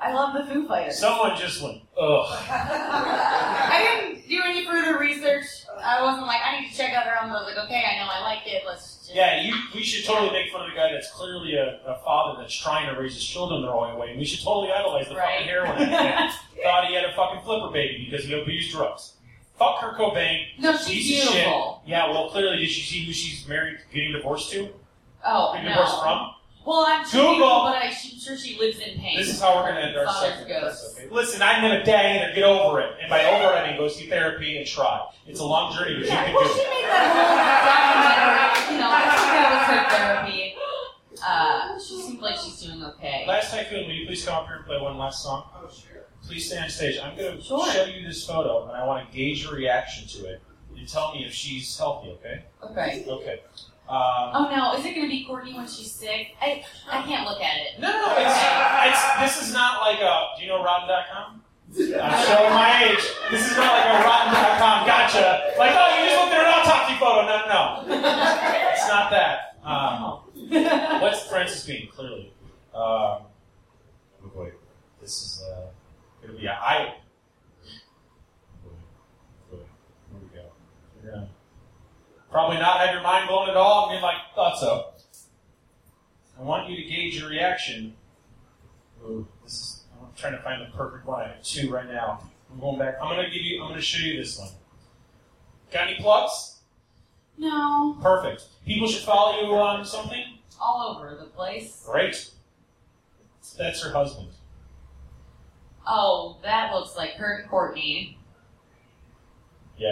D: I love the Foo Fighters.
B: Someone just went. Ugh.
D: I didn't do any further research. I wasn't like, I need to check out their album. I was like, okay, I know I like it. Let's just.
B: Yeah, you. We should totally make fun of the guy that's clearly a, a father that's trying to raise his children the wrong way. We should totally idolize the
D: Right.
B: fucking heroin addict that thought he had a fucking flipper baby because he abused drugs. Fuck her, Cobain.
D: No, she's
B: Piece of shit.
D: beautiful.
B: Yeah, well, clearly, did you see who she's married, getting divorced to?
D: Oh,
B: Getting divorced
D: no.
B: from?
D: Well, I'm sure,
B: Google.
D: people, but I'm sure she lives in pain.
B: This is how we're going to end our
D: Father's
B: segment.
D: ghost.
B: That's okay. Listen, I'm going to die either. Get over it. And by over it, I mean go see therapy and try. It's a long journey, but
D: Yeah,
B: you
D: well,
B: can do
D: she
B: it.
D: made that whole documentary. You know, I think that was her therapy. Uh, she seems like she's doing okay.
B: Last Typhoon, will you please come up here and play one last song?
E: Oh, sure.
B: Please stay on stage. I'm going to
D: Sure.
B: show you this photo, and I want to gauge your reaction to it. And tell me if she's healthy, okay?
D: Okay.
B: Okay. Um,
D: Oh no, is it gonna be Courtney when she's sick? I I can't look at it.
B: no, no, it's, it's, this is not like a, do you know Rotten.com? I'm showing my age. This is not like a Rotten.com, gotcha. Like, oh, you just looked at an autopsy photo. No, no, no. It's not that. Um, what's Francis Bean, clearly? Um, oh boy, this is, uh, it'll be a I. Oh, Boy, boy, here we go. You're gonna probably not have your mind blown at all. I mean, like, thought so. I want you to gauge your reaction. Ooh, this is, I'm trying to find the perfect one. I have two right now. I'm going back. I'm gonna give you. I'm gonna show you this one. Got any plugs?
D: No,
B: Perfect. People should follow you on something.
D: all over the place.
B: Great. That's her husband.
D: Oh, that looks like her and Courtney.
B: I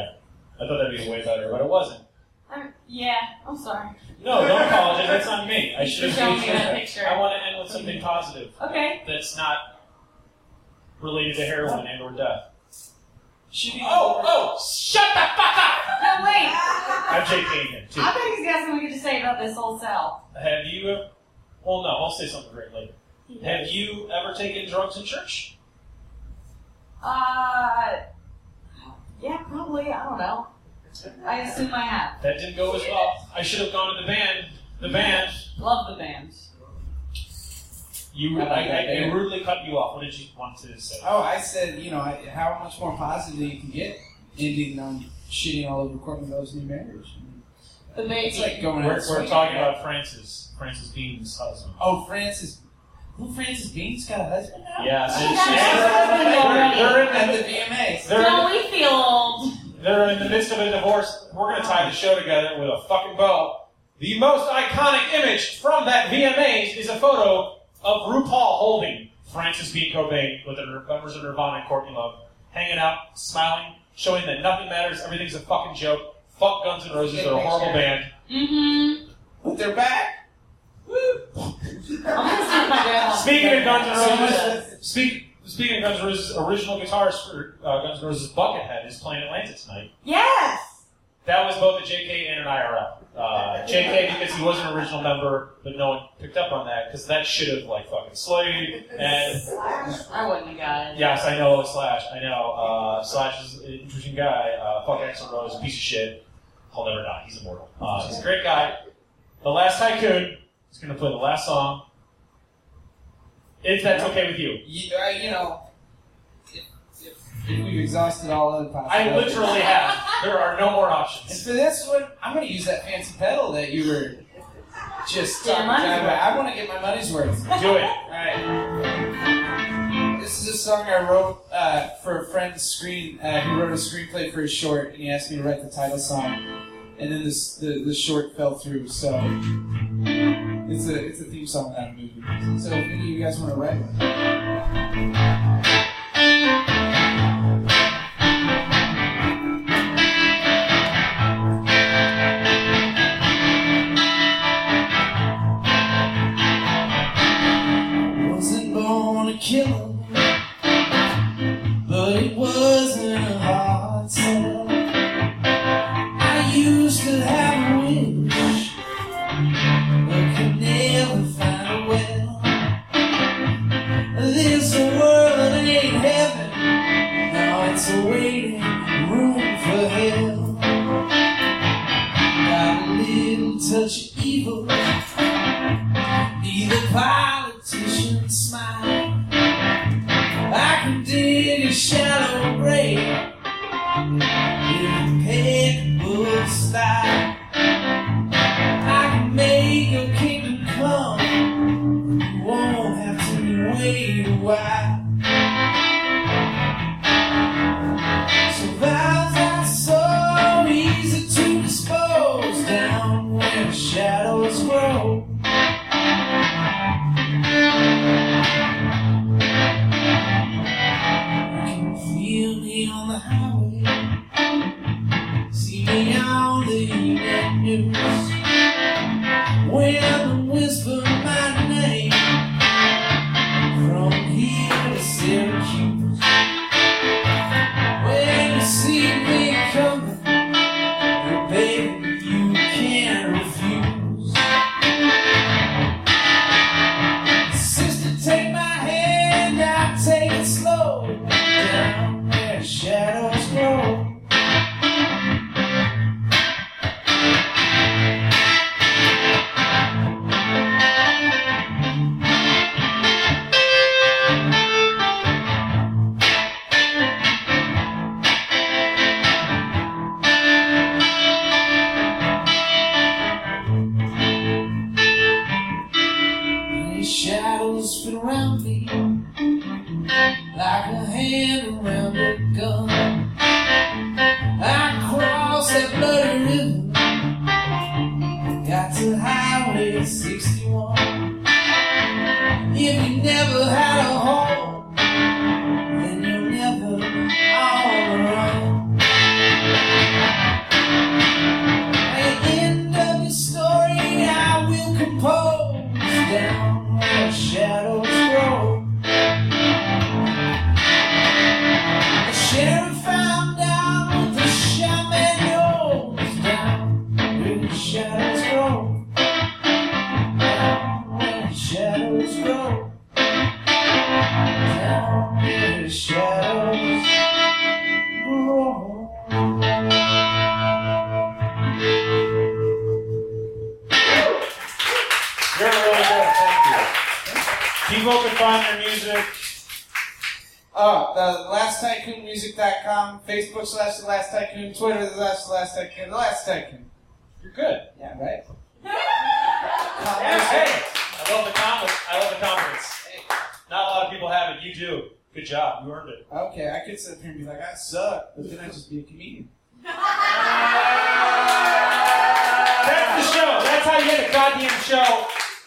B: thought that'd be way better, but it wasn't.
D: I'm, Uh, yeah, I'm sorry.
B: No, don't apologize. That's on me. I should
D: You showed
B: have
D: me that picture.
B: I want to end with something positive.
D: Okay.
B: that's not related to heroin and or death.
A: She
B: Oh, oh, shut the fuck up!
D: No, wait.
B: I'm JKing him too.
D: I bet he's got something good to say about this whole cell.
B: Have you? Well, no, I'll say something great later. Have you ever taken drugs in church?
D: Uh, yeah, probably. I don't know. I assume I have.
B: That didn't go as well. I should have gone to the band. The band.
D: Love the band.
B: You, I, I, I rudely cut you off. What did you want to say?
A: Oh, I said, you know, I- how much more positive you can get ending on shitting all over Courtney Love's new marriage.
D: The baby.
A: It's like going
B: We're,
A: out
B: we're
A: swinging.
B: talking about Francis, Francis Bean's husband.
A: Oh, Francis. Who Francis Bean's got a husband now?
B: Yeah, so
D: She
B: she's-
D: got her husband already.
B: they're, in
A: At the VMAs.
B: they're in
D: Don't we feel old?
B: They're in the midst of a divorce. We're going to tie the show together with a fucking bow. The most iconic image from that VMAs is a photo of RuPaul holding Francis B. Cobain with the Nir- members of Nirvana and Courtney Love, hanging out, smiling, showing that nothing matters, everything's a fucking joke. Fuck Guns N' Roses, they're a horrible band.
D: Mm-hmm.
A: But they're back. Woo!
D: I'm gonna see if my
B: Speaking of
D: dad wants to go
B: Guns N'
D: to
B: Roses,
D: that.
B: Speak, speaking of Guns N' Roses, original guitarist for uh, Guns N' Roses Buckethead is playing Atlanta tonight.
D: Yes.
B: That was both a JK and an IRL. Uh, JK because he was an original member, but no one picked up on that because that should have like fucking slayed. And
D: I wouldn't have got it.
B: yes, I know Slash. I know uh, Slash is an interesting guy. Uh, fuck Axl Rose, piece of shit. He'll never die. He's immortal. Uh, he's a great guy. The Last Tycoon is going to play the last song. If that's okay with you,
A: You, uh, you know, if, if, if we've exhausted all other possibilities.
B: I literally have. There are no more
A: And
B: options.
A: for this one, I'm going to use that fancy pedal that you were just
D: Your
A: talking
D: money's
A: about. I want to get my money's worth.
B: Do it.
A: All right. This is a song I wrote uh, for a friend's screen. Uh, he wrote a screenplay for his short, and he asked me to write the title song. And then this, the, the short fell through, so it's a it's a theme song without a movie. So if any of you guys want to write one, wasn't born a killer, but it wasn't a hard sell. I used to have a wish, but could never find a well. This world ain't heaven, now it's a waiting room for hell. Got a little touch of evil. Neither politician smile. I can dig a shallow grave in impeccable style. I can make your kingdom come. You won't have to wait a while. So vows are so easy to dispose down where shadows grow. You can feel me on the highway, see me on the evening news. Women whisper my name from here to Syracuse. When you see me coming, well, baby, you can't refuse. Mississippi River. Got to Highway 61. If you never had a home, then you're never on the run. At the end of your story, I will compose down where shadows grow. The sheriff found out what the shaman knows down where the shadows grow. Down where the shadows grow. Down where the shadows grow.
B: You're really good. Thank you. People can find their music.
E: Oh, the Last Tycoon Music.com, Facebook slash The Last Tycoon, Twitter slash The Last Tycoon, The Last Tycoon.
B: You're good.
E: Yeah, right?
B: Yeah, hey. I love the confidence. I love the confidence. Not a lot of people have it. You do. Good job. You earned it.
E: Okay, I could sit up here and be like, I suck, but then I just be a comedian.
B: That's the show. That's how you get a goddamn show.